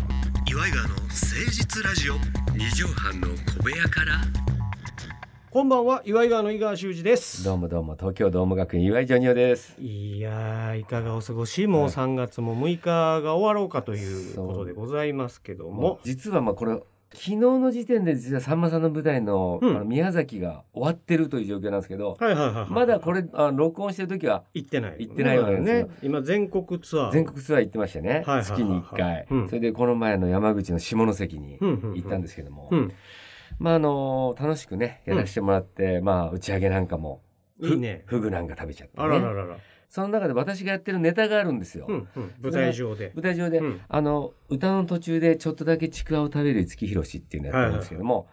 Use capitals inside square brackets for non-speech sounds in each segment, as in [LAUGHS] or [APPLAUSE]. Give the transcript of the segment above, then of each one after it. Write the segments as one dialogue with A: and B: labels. A: イガーの誠実ラジオ二畳半の小部屋から
B: こんばんは、岩井川の井川修司です
C: ど。うもどうも東京ドーム学院岩井ジョニオです。
B: いやー、いかがお過ごし、もう
C: はい
B: 3月も6日が終わろうかということでございますけども。
C: 実はまあこれ昨日の時点で実はさんまさんの舞台の,、
B: うん
C: あの宮崎が終わってるという状況なんですけど、
B: はいはいはいはい。
C: まだこれあ録音してる時は
B: 行ってない。
C: 行ってないわけですよ
B: ね。今全国ツアー。
C: 全国ツアー行ってましたね、
B: はいはいはいはい
C: 月に1回、
B: うん
C: それでこの前の山口の下関に
B: うんうんうん
C: 行ったんですけども、
B: うん。
C: まああの楽しくねやらせてもらって、まあ打ち上げなんかも
B: いいね。
C: フグなんか食べちゃって、ね、
B: あらららら。
C: その中で私がやってるネタがあるんですよ、
B: うんうん。舞台上で。
C: 舞台上で、
B: うん
C: あの歌の途中でちょっとだけちくわを食べる月広しっていうのやってるんですけども、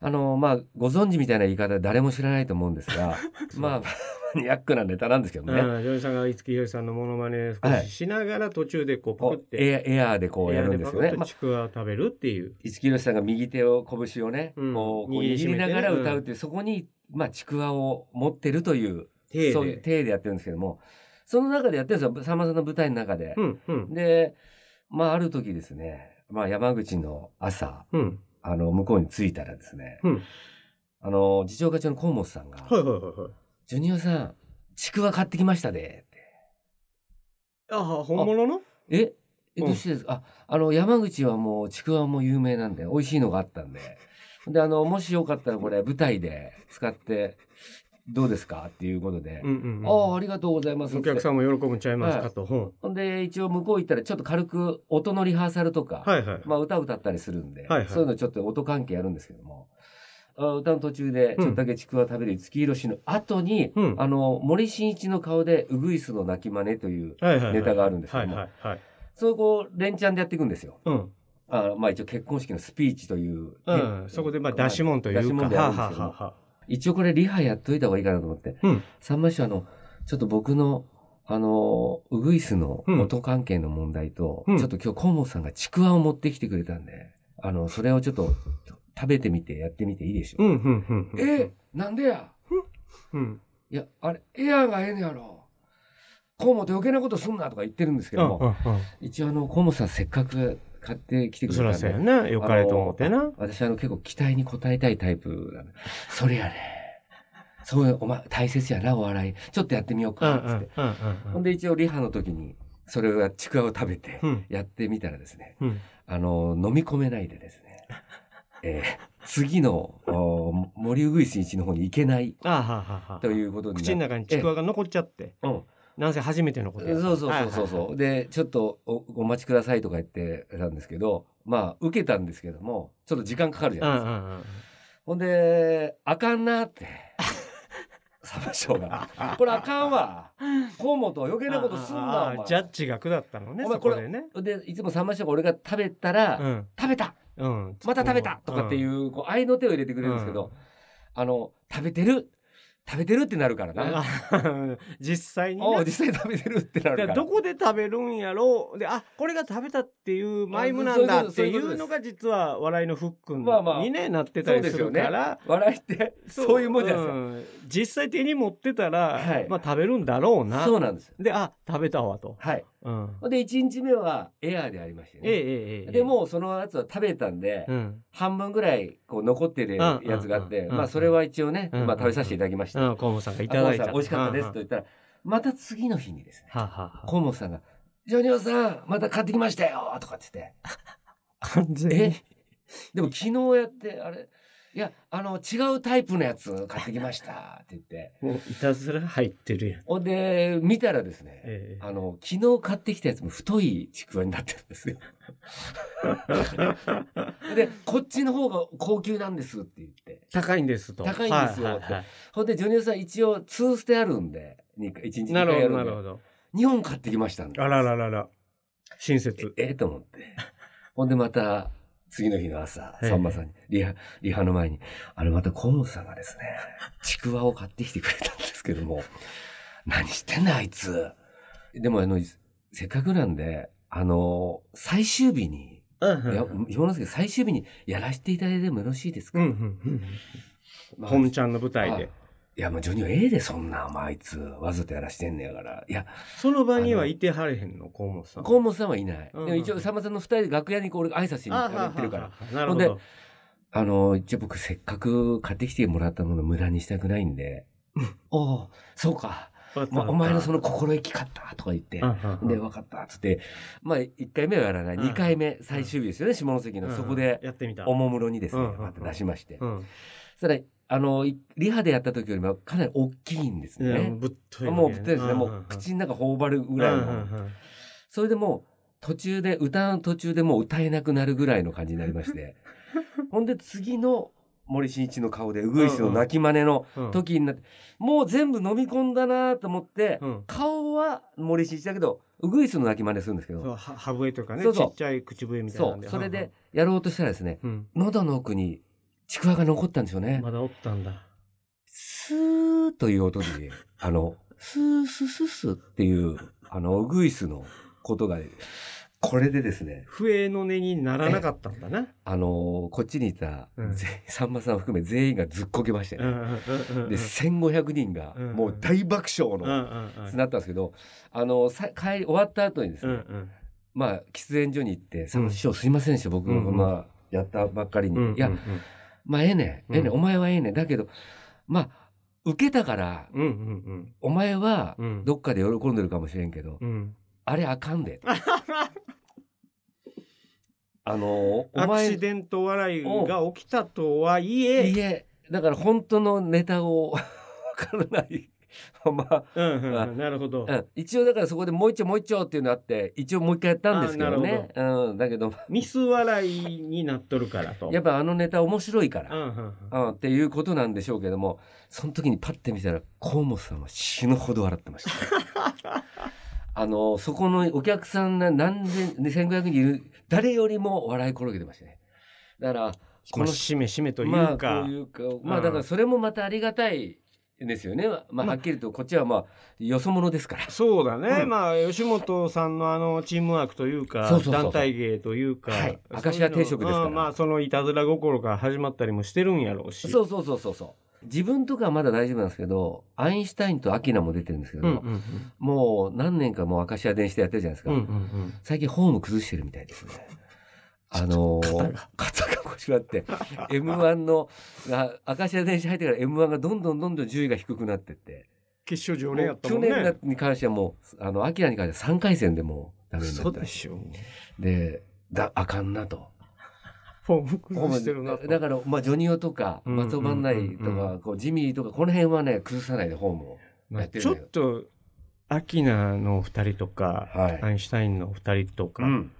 C: あのまあご存知みたいな言い方で誰も知らないと思うんです
B: [LAUGHS]
C: がまあマニアックなネタなんですけど
B: あ
C: ね、
B: ージョニーさんが五木ひろしさんのモノマネ
C: は
B: 少
C: い
B: ししながら途中でこうパ
C: こ
B: クっ
C: う
B: て、
C: エアエアーでこうやるんですよ
B: エ
C: ね
B: アで。パ
C: ま
B: クッと
C: あ
B: ちくわを食べるっていう。
C: 五木ひろしさんが右手を拳をね、
B: うん
C: こうこう
B: 握り
C: 握
B: し
C: り
B: めてね
C: ながら歌うっていう、そこに、まあ、ちくわを持ってるという
B: 手
C: そういう
B: で。
C: 体でやってるんですけどもその中でやってるんですよさんまさんの舞台の中で。
B: うんうん。
C: でまあある時ですね、まあ、山口の朝
B: うん。
C: あの、向こうに着いたらですね、
B: うん
C: あの、次長課長の河本さんが、
B: はいはいはいはい。
C: ジョニオさん、ちくわ買ってきましたで、って。
B: ああ、本物の
C: ええ、
B: うん
C: どうしてですか、あ、あの、山口はもう、ちくわも有名なんで、美味しいのがあったんで。で、あの、もしよかったらこれ、舞台で使って、どうですかっていうことで、
B: うんうんうん。
C: ああ、ありがとうございますっ
B: お
C: て。
B: 客さんも喜ぶんちゃいますかと。うん
C: ほんで、一応向こう行ったら、ちょっと軽く音のリハーサルとか、
B: はいはい。
C: まあ、歌歌ったりするんで、
B: はいはい
C: そういうのちょっと音関係やるんですけどもあ歌の途中でちょっとだけちくわ食べる月色しの後に、
B: うん
C: あの森進一の顔でウグイスの鳴き真似という
B: はいはいはい
C: ネタがあるんですけ
B: は
C: ど
B: い
C: も、
B: はいはい。
C: そうこう連チャンでやっていくんですよ。
B: うん。
C: あまあ一応結婚式のスピーチという、
B: うん。そこでまあ出し物とい
C: 出し
B: うか。
C: 物で
B: は
C: や
B: あ
C: るんです
B: は
C: けど
B: あ
C: も
B: はあはあ
C: 一応これリハやっといた方がいいかなと思って、
B: うん
C: さんま師匠あのちょっと僕のあのウグイスの
B: うん
C: 音関係の問題と、
B: うん
C: ちょっと今日河本さんがちくわを持ってきてくれたんであのそれをちょっと食べてみてやってみていいでしょ
B: う
C: う、
B: んうんうんうん。
C: えなんでや
B: うん。
C: いやあれエアーがええのやろ河本余計なことすんなとか言ってるんですけ
B: う
C: ど
B: ん
C: も、
B: うん
C: 一応あの河本さんせっかく買ってきて
B: うん。
C: く
B: そ
C: れ
B: ら
C: たん
B: そう
C: で
B: やな。よかれと思って
C: あ
B: な
C: の。私あの結構期待に応えたいタイプなんでそれやねそうやお前大切やなお笑いちょっとやってみよう
B: うんう
C: か
B: ん
C: っつって、
B: うんう
C: ほん
B: ん
C: で一応リハの時にそれをちくわを食べて
B: うん。
C: やってみたらですね
B: うん。
C: あの飲み込めないでですね、えー次のお森ウグイス一の方に行けない
B: ああはあはあはあ。
C: ということにな
B: 口の中にちくわが残っちゃって。
C: うん
B: なんせ初めてのことや
C: そうそうそうそうそう、。でちょっとおお待ちくださいとか言ってたんですけどまあ受けたんですけどもちょっと時間かかるじゃ
B: はい
C: ない
B: はい
C: です
B: は
C: か
B: い、うんうんうん。
C: ほんで、あかんなって。サバショウが。これあかんわ。河本余計なことすん
B: あああ
C: な
B: あ
C: お前。
B: ジャッジが下ったのね、
C: お前
B: そこでね。
C: で、いつもサバショウが俺が食べたら、
B: うん。
C: 食べた
B: うん。
C: また食べたとかっていうう、こう、愛の手を入れてくれるんですけど、あの、食べてる食べてるってなるから
B: ん。
C: な。
B: あ [LAUGHS] 実際にな
C: おう実際食べてるってなる
B: だか
C: からら
B: ど。こで食べるんやろうであこれが食べたっていうマイムな
C: そ
B: ん
C: ういうこ
B: だ
C: と
B: ってい
C: そういうことです
B: うのが実は笑いのフックン
C: まあまあ
B: にねなってたりするから。
C: 笑いって、そういうもんじゃないです
B: うん実際手に持ってたら、
C: はい
B: まあ食べるんだろう
C: か。
B: な
C: そうなんですよ。
B: であ食べたわと、
C: はい。
B: うん、
C: ほんで、1日目はエアーでありまして
B: ええ
C: ね。
B: ええええ
C: で、もうそのやつは食べたんで、
B: うん
C: 半分ぐらいこう残ってるやつがあっ
B: うんうん
C: て、
B: うんうん
C: まあそれは一応ね、
B: うんうん
C: まあ食べさせていただきました。
B: うん、河本さんがいただい
C: あ
B: た
C: 河本さん美味しかったですと
B: は
C: 言ったら、また次の日にですね、
B: あはあは
C: 河本さんが、ジョニオさん、また買ってきましたよとかって言って、
B: あ完全
C: え
B: に
C: でも昨日やって、あれ、いや、あの、違うタイプのやつ買ってきましたって言って、
B: もういたずら入ってるやん、
C: ほんで、見たらですね、
B: ええ
C: あの、昨日買ってきたやつも太いちくわになってるん
B: [LAUGHS]
C: ですよ。で、こっちの方が高級なんですって言って。
B: 高いんですと
C: 高いんですよって
B: はいはいは
C: ほんで、ジョニオさん一応、ツーステあるんで、に一日2
B: いな
C: 回
B: る
C: や
B: ほ
C: るん
B: どな
C: で
B: るほど
C: 日本買ってきましたんで。
B: あらららら親
C: え
B: 切
C: ええと思って。ほんで、また、次の日の朝、
B: ええ
C: さんまさんに、リハ、リハの前に、あれまた河本さんがですね、ちくわを買ってきてくれたんですけども、何してんだあいつ。でも、あの、せっかくなんで、あの、最終日に、
B: うん
C: いや、下関最終日にやらせていただいてもよろしいですか、
B: うんうんうん
C: まあ
B: 本ちゃんの舞台で
C: あいや、もうジョニオええで、そんなん、まあ、あいつ、わざとやらしてんねやから。いや、
B: その場にはいてはれへんの、河本さん。
C: 河本さんはいない。
B: うんうん
C: でも一応、さんまさんの二人で楽屋にこう、俺挨拶しに行
B: あ
C: って行ってるから。。ほ
B: なるほ
C: んで
B: ど。
C: あの、一応僕せっかく買ってきてもらったもの無駄にしたくないんで、おおそうか、ま、お前のそ
B: の、
C: の心意気かったとか言って
B: う、んうんうん
C: で、分かったっつって、まあ、1回目はやらない、
B: うん
C: 2回目、最終日ですよね、下関の。そこで
B: うん、やってみた。
C: おもむろにですね、
B: うんうんうん
C: また出しまして
B: う。ん
C: そしたら、あの、いリハでやった時よりもかなり大きいんです
B: いやもう
C: ね。
B: ぶっといわけね。
C: もう、ですね、
B: ん
C: も
B: んん
C: う口の中頬張るぐらい
B: うん
C: の。
B: うんうん
C: それでもう途中で歌う途中でもう歌えなくなるぐらいの感じになりまして
B: [LAUGHS]
C: ほんで次の森進一の顔でウグイスの泣き真似の
B: うん
C: 時になって、もう全部飲み込んだなと思って、
B: うん
C: 顔は森進一だけどウグイスの泣き真似するんですけ
B: そう
C: ど
B: は歯笛とかね
C: そう
B: ち
C: そう
B: っちゃい口笛みたい
C: そ
B: なんで
C: うそれでやろうとしたらですね
B: うん
C: 喉の奥にちくわが残ったんですよね、
B: まだおったんだ
C: スーという
B: [LAUGHS]
C: 音で、あの、スースースースーっていう、あの、ウグイスのことが、これでですね、
B: 笛の音にならなかったんだ
C: [LAUGHS]
B: な
C: あのーこっちにいた、
B: うん
C: 全員さんまさんを含め全員がずっこけまして
B: うんう
C: ね、
B: んうんうん
C: で1,500人が
B: うん
C: もう大爆笑
B: うん
C: の、
B: うんうん
C: なったんですけど、あのさ帰り終わった後にです
B: うん
C: ね、
B: うん
C: まあ喫煙所に行って「さんま師匠すいませんでした僕、
B: うんうん
C: まあ、やったばっかりに」
B: うん
C: いやまあええねんええねん、
B: うん
C: お前はええねんだけどまあ受けたから
B: うんうん
C: お前は
B: うんうん
C: どっかで喜んでるかもしれんけど、
B: うん
C: あれあかん
B: [LAUGHS]
C: で」あのー
B: ア
C: お
B: ク
C: 前
B: シデント笑いが起きたとはいえ
C: いえ、だから本当のネタをわからないまま、
B: うんうんうんなるほど
C: うん一応だからそこでもう一丁もう一丁っていうのあって、一応もう一回やったんですけど
B: あな
C: ね。うん、だけど、
B: ミス笑いになっとるからと
C: やっぱあのネタ面白いか
B: う
C: ら、
B: んうんうん
C: うん、っていうことなんでしょうけども、その時にパッて見たら、河本さんは死ぬほど笑ってました。
B: [LAUGHS]
C: あの、そこのお客さんが何千、2500人いる、誰よりも笑い転げてましたね。だから、
B: この締め締めという
C: まあ、
B: か
C: というかまあ
B: うん
C: だからそれもまたありがたいですよね、まあ、はっきりとこっちはまあよそ者ですから
B: そうだね、
C: うん
B: まあ吉本さんのあのチームワークというか
C: そうそうそうそう
B: 団体芸というか、
C: はい
B: そういうの
C: 明石家定食ですから
B: うんまあそのいたずら心から始まったりもしてるんやろうし
C: そうそうそうそうそう自分とかはまだ大丈夫なんですけどアインシュタインとアキナも出てるんですけど、
B: うんうんうん
C: もう何年かもう明石家電子でやってるじゃないですか、
B: うんうん
C: 最近ホーム崩してるみたい
B: [LAUGHS]
C: ですねあのー、
B: 肩が
C: 肩が腰割って [LAUGHS] m 1のが明石家電子入ってから m 1がどんどんどんどん順位が低くなってって
B: 決勝常連やった
C: 去
B: もんね
C: 年に関してはもうあのアキナに関しては3回戦でもうダメにな
B: そ
C: っ
B: う
C: たら
B: で
C: しい
B: しょう
C: でだあかんなと
B: フォーム崩してるなと
C: だから、まあ、ジョニオとか
B: うんうんうんうん
C: 松尾万内とかこうジミーとかこの辺はね崩さないでホームを
B: まあ
C: やってる
B: ち
C: ん
B: ょ
C: だ
B: っ
C: けど
B: とアキナの二人とか、
C: はい
B: アインシュタインの二人とか、
C: うん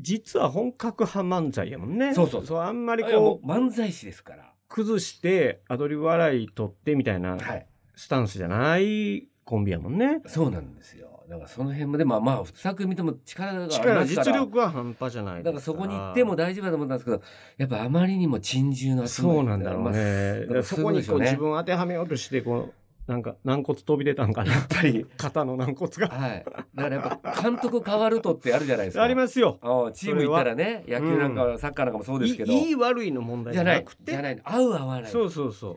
B: 実は本格派漫才やもんね
C: そうそう
B: そうあんまり
C: いやも
B: こう
C: う漫才師ですから
B: 崩してアドリブ笑い取ってみたい
C: は
B: な
C: い
B: スタンスじゃないコンビやもんね。
C: そうなんですよだからその辺もでまあまあ2組とも力がありますから
B: 力、実力は半端じゃない
C: だからそこに行っても大丈夫だと思ったんですけどやっぱあまりにも珍獣の集まり
B: そうなんだろうね。だ
C: だか
B: か
C: らら
B: そ
C: そ
B: こ
C: こ
B: に
C: に
B: こ
C: こう
B: う自
C: 自分
B: 分当てはめようとして、こう、なんか軟骨飛び出たんかな。
C: [LAUGHS] やっぱり
B: 肩の軟骨が。
C: はいだからやっぱ監督変わるとってあるじゃないですか
B: ありますよ。
C: ああチーム行ったらね野球なんか、サッカーなんかもそうですけど
B: いいい悪いの問題
C: じ
B: じ
C: ゃ
B: ゃ
C: な
B: ないく
C: じゃ
B: て。
C: ない合う合わない
B: そうそうそう。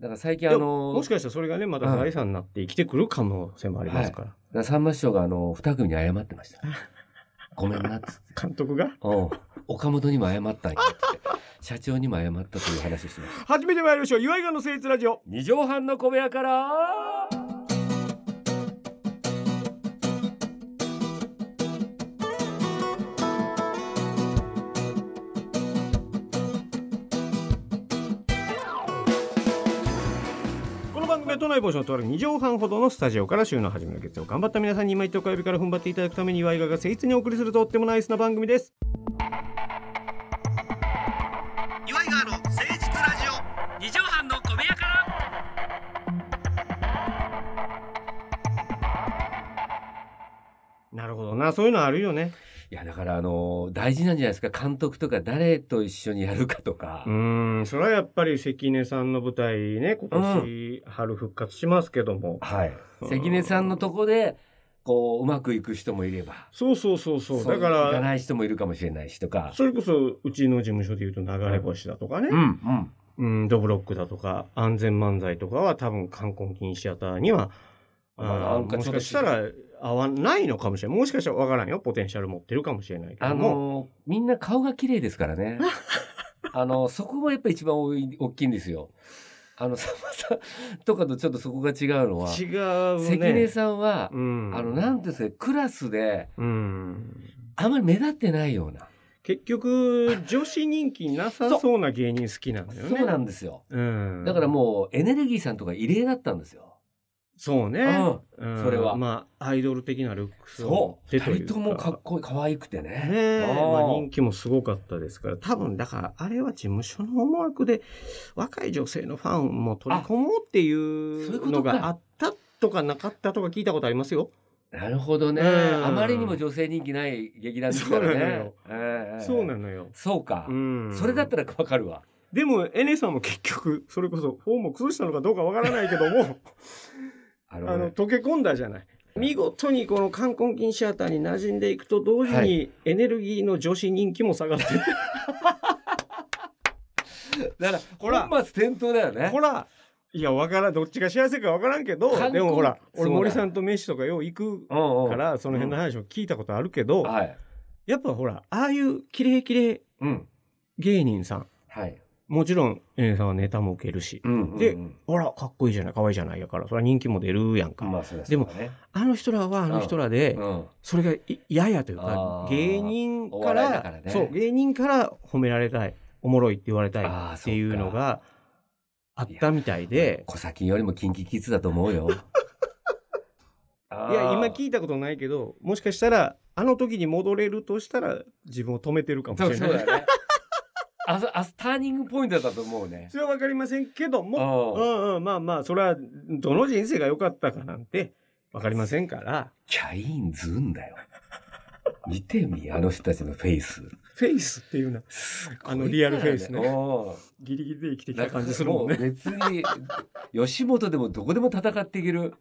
C: だから最近あ
B: で
C: の
B: もしかしたらそれがね、また財産になって生きてくる可能性もありますから。
C: だからさんま師匠があの二組に謝ってま
B: [LAUGHS]
C: した「ごめんな」っつって
B: 監督が。
C: 「うん岡本にも謝ったんや」って社長にも謝ったという話をしてました
B: 初めて参りましょう。岩井川の誠実ラジオ。
C: 二畳半の小部屋から
B: この番組は都内某所のとある2畳半ほどのスタジオから週の初めの月曜頑張った皆さんに今一度火曜日から踏ん張っていただくために岩井川が誠実にお送りするとってもナイスな番組です
A: 岩井川の誠実ラジオ
C: 二畳半の小部屋から
B: なるほどなそういうのあるよね
C: いやだからあの大事なんじゃないですか監督とか誰と一緒にやるかとか、
B: うーんそれはやっぱり関根さんの舞台ね今年春復活しますけども、
C: はい
B: うん
C: 関根さんのとこでこううまくいく人もいれば
B: そうそうそうそうだか
C: いからない人もいるかもしれないしとか
B: それこそうちの事務所でいうと流れ星だとかね、
C: うんうん
B: うん、ドブロックだとか、安全漫才とかは多分、冠婚金シアターには、
C: まだ
B: あ
C: な
B: ー
C: んか
B: も
C: ち
B: し
C: ょっと
B: かしたら合わないのかもしれない。もしかしたらわからんよ。ポテンシャル持ってるかもしれないけ
C: あ
B: ども。
C: のーみんな顔が綺麗ですから
B: [LAUGHS]
C: ね。あのそこがやっぱ一番多い大きいんですよ。あのさんまさんとかとちょっとそこが違うのは、
B: 違う
C: 関根
B: ね。
C: さんは、
B: うん
C: あのなんていうんですかねクラスで
B: うん。
C: あまり目立ってないような。
B: 結局、女子人気なさそうな芸人好きなんだよね。
C: そうなんですよ。
B: うん。
C: だから
B: う。
C: もうエネルギーさんとか異例だったんですよ。
B: そう
C: う
B: ね。
C: ん。
B: うん
C: それは
B: まあ、アイドル的なルックス
C: そ
B: を
C: う。
B: 持って
C: 二人ともかっこいい可愛くてね。
B: ねえ、
C: あ
B: まあ、
C: ー
B: 人気もすごかったですから、多分だから、あれは事務所の思惑で、若い女性のファンも取り込もうってい
C: あそういう
B: う
C: こと
B: の
C: か
B: があったとかなかったとか聞いたことありますよ。
C: なるほどね。
B: うん
C: あまりにも女性人気ない劇団ですから
B: そうなの
C: ね
B: よ。
C: ええ
B: そうなのよ。
C: そうか。
B: うん、
C: それだったらわかるわ。
B: でも、エネさんも結局、それこそ、フォームを崩したのかどうかわからないけど
C: [LAUGHS]
B: も、
C: あ
B: あの、溶け込んだじゃない。見事にこの冠婚金シアターに馴染んでいくと同時
C: は
B: に、エネルギーの女子人気も下がってって、
C: だから、
B: ほら
C: 本末転倒だよね。
B: ほら、いや、わからん、どっちが幸せかわからんけど、
C: 冠婚
B: でもほら、
C: そう
B: 俺
C: だ
B: 森さんと飯とかよう行く
C: うんうん。
B: からその辺の話を聞いたことあるけど、
C: はい。
B: やっぱほらああいうキレイキレイ
C: うん。
B: 芸人さん
C: はい。
B: もちろんエレンさんはネタも受けるし、
C: うんうんうん
B: でほらかっこいいじゃないかわいいじゃないやからそれは人気も出るやんか、
C: まあ、そうです
B: でも
C: ね。
B: あの人らはあの人らで、
C: うん。
B: それがい嫌やというか
C: あー
B: 芸人
C: お
B: か
C: 笑いだ
B: ら
C: からね
B: そう芸人から褒められたいおもろいって言われたい
C: あー
B: っていうのがあったみたいで。
C: 小崎よりもキンキキッズだと思うよ。あー
B: [LAUGHS] いや今聞いたことないけどもしかしたらあの時に戻れるとしたら自分を止めてるかもし
C: 多
B: れ
C: 分
B: ない
C: そうだね。あそ、あそ、ターニングポイントだったと思うね。
B: それはわかりませんけども、う
C: うん。
B: んうん、まあまあ、それは、どの人生が良かったかなんて、わかりませんから、
C: キャインズんだよ。見てみ、あの人たちのフェイス。
B: フェイスっていうな、
C: すごいから
B: あのリアルフェイスね
C: うん
B: ギリギリで生きてきた感じするもんね。
C: う別に、吉本でもどこでも戦っていける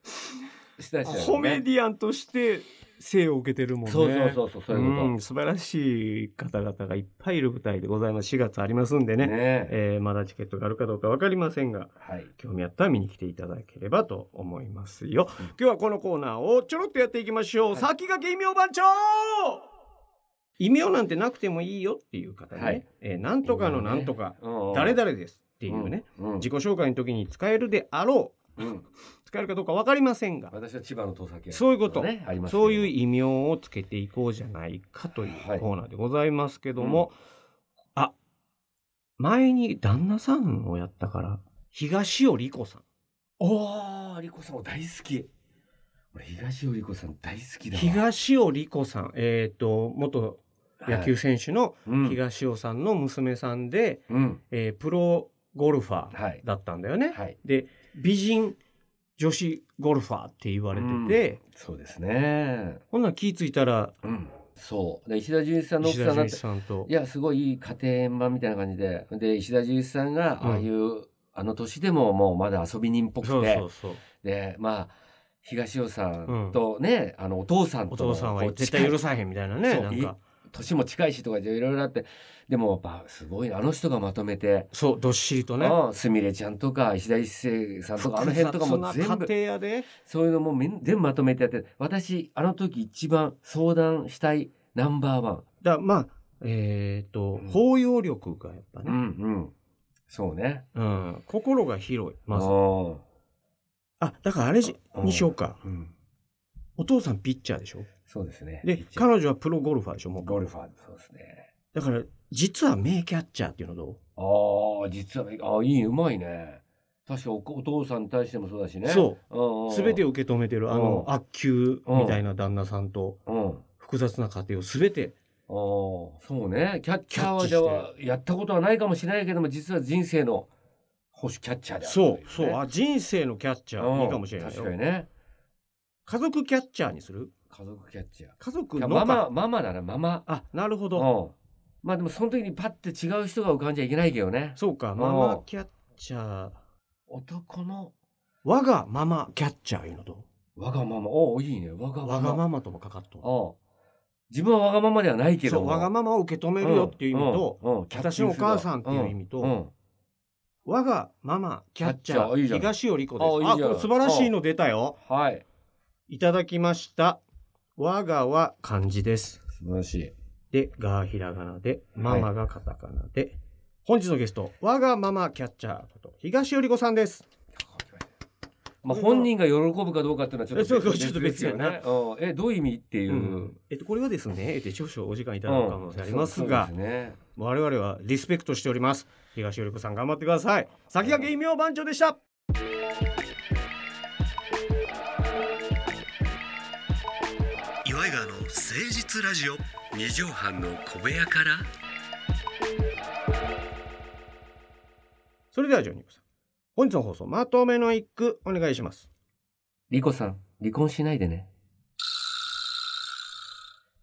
C: 人たちだよね。
B: コメディアンとして、生を受けてるもんね。
C: そうそうそうそう、そういうこ
B: ん素晴らしい方々がいっぱいいる舞台でございます。4月ありますんで
C: と。
B: ね。
C: ねえ。
B: えーまだチケットがあるかどうかわかりませんが、
C: はい。
B: 興味あったら見に来ていただければと思いますよ。今日はこのコーナーをちょろっとやっていきましょう。
C: はい
B: 先駆け異名番長異名なんてなくてもいいよっていう方ね。
C: はい
B: えーなんとかのなんとか、
C: うん
B: 誰々ですって
C: て
B: いうね、。
C: うん
B: 自己紹介の時に使えるであろう。
C: うん
B: 使えるかどうかわかりませんが、
C: 私は千葉の遠崎屋
B: そういうこと
C: ね、ありますけど
B: そういう異名をつけていこうじゃないかという
C: はい
B: コーナーでございますけども、あ、前に旦那さんをやったから、東尾理子さん。
C: おー、リコさんも大好き。俺、東尾リコさん大好きだわ。
B: 東尾理子さん、えっ、と、元野球選手の
C: はい、
B: 東尾さんの娘さんで、
C: うん。うん。
B: えープロゴルファー
C: はい。
B: だったんだよね。
C: はい。
B: で、美人女子ゴルファーって言われてて、
C: そうですね。
B: ほんなら気ぃついたら、
C: うん。そう。で、石田純一さんの奥
B: 石
C: さ
B: 田
C: んだっ
B: 純
C: て
B: 一。さんと
C: い。や、すごいいい家庭円満みたいな感じで。で、石田純一さんが、
B: うん
C: ああいう、あの年でももうまだ遊び人っぽくて。
B: そうそうそう。
C: で、まあ、東尾さんとね、あの、お父さんと
B: お父さんは
C: こう
B: 絶対
C: 近
B: 許
C: い
B: さへんみたいなね。
C: そう
B: なんか、
C: 年も近いしとかいろいろあって、でもやっぱすごいなあの人がまとめて、
B: そう、どっしりとね。
C: ああすみれちゃんとか石田一生さんとかあの辺とかも
B: 複雑
C: 全
B: な
C: 部
B: 家庭やで。
C: そういうのもみん全部まとめてやって私あの時一番相談したいナンバーワン
B: だまあ、えっ、と、
C: うん
B: 包容力がやっぱ
C: う
B: ね、
C: んうんそうね
B: うん。心が広い。まず。
C: うん
B: あ、だからあれじ
C: うん
B: にしようか。
C: うん
B: お父さんピッチャーでしょ
C: そうですね
B: で、彼女はプロゴルファーでしょもう。
C: ゴルファーそうですね
B: だから、実は名キャッチャーっていうのど
C: ああ実はああいいうまいね確かおお父さんに対してもそうだしね
B: そううん全てを受け止めてる、あの、
C: うん
B: 悪球みたいな旦那さんと、
C: うんうん
B: 複雑な家庭を全て、
C: ああそうねキャッチャーは
B: キ
C: じ
B: ャ
C: ゃ
B: ッチして
C: あやったことはないかもしれないけども実は人生の保守キャッチャーである
B: そう、
C: と
B: そ、
C: いうね
B: あ、人生のキャッチャ
C: うん
B: ー、いいかもしれないよ
C: 確か。にね
B: 家族キャッチャーにする
C: 家族キャッチャー
B: 家族
C: いや
B: の
C: マ
B: か
C: マママだなママ
B: あ、なるほ
C: う
B: ど。
C: んまあでもその時にパッて違う人が浮かんじゃいけないけどね
B: そうか、
C: ん
B: ママキャッチャー。
C: 男の
B: 我がママキャッチャーいうのと、
C: わがままおおいいねわがまま
B: わがままともかかっとる。
C: うん自分はわがままではないけ
B: そ
C: ど
B: う、
C: も
B: わがままを受け止めるよっていう意味と、
C: うんうんうんキャッチング
B: 私のお母さんっていう意味と
C: うんうん
B: 我がママ、キャッチャ
C: キャッチャーいい
B: ー、
C: じゃん
B: 東尾理子
C: あいい
B: です。
C: じゃ
B: あ、
C: ん
B: これ素晴らしいの出たよ。
C: はい。
B: いただきました。我がは漢字です。
C: 素晴らしい。
B: で、がひらがなで、ママがカタカナで。本日のゲスト、我がママキャッチャーこと、東より子さんです。
C: まあ、本人が喜ぶかどうかっていうのはちょっと
B: そうそうちょっと別やな
C: ですよねうんえ、どういう意味っていう。うん、
B: えっと、これはですね、えっと少々お時間いただく可能性ありますが、
C: そうそうですね。
B: 我々はリスペクトしております。東より子さん頑張ってください。先駆け異名番長でした。
A: 岩井川の誠実ラジオ二畳半の小部屋から
B: それでは、ジョニーさん。本日の放送、まとめの一句、お願いします。
C: リコさん、離婚しないでね。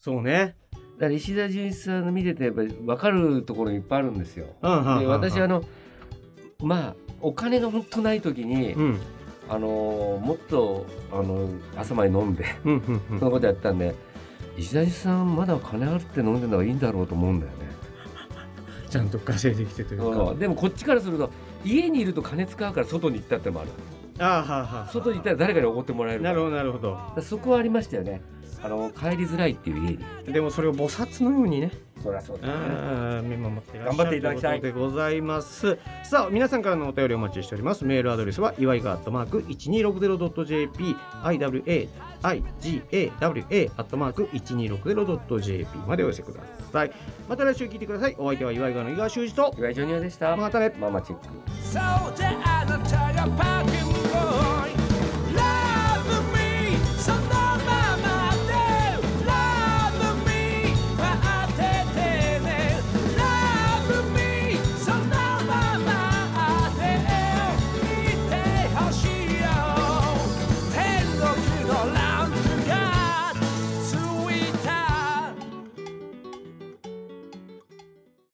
B: そうね。
C: だから石田純一さんの見ててやっぱり分かるところいっぱいあるんですよ。
B: うんうんうんうん
C: で私あのまあお金が本当ない時に、
B: うん。
C: あのもっとあの朝まで飲んで [LAUGHS]
B: うん、うん、うん
C: そん。なことやったんで石田純一さんまだ金あるって飲んでるのがいいんだろうと思うんだよね。
B: ちゃんと稼いできてというか。
C: うんでもこっちからすると家にいると金使うから外に行ったってのもある
B: ああ、はあ、はあ。
C: 外に行ったら誰かにおごってもらえるか
B: な
C: ら
B: るほど、なるほど。
C: だからそこはありましたよねあの帰りづらいっていう家に
B: でもそれを菩薩のようにね、
C: そりゃそうだね
B: あー見守ってらっしゃ
C: 頑
B: る
C: 張っていただきたい
B: とうことでございます。さあ、皆さんからのお便りをお待ちしております。メールアドレスは、いわいがアットマーク 1260.jp、iwa、igAWA アットマーク 1260.jp までお寄せください。また来週聞いてください。お相手は、いわいがの井川修司と、
C: 岩井ジョニオでした
B: またね。
C: ママチェック
D: So the other tire parking lot.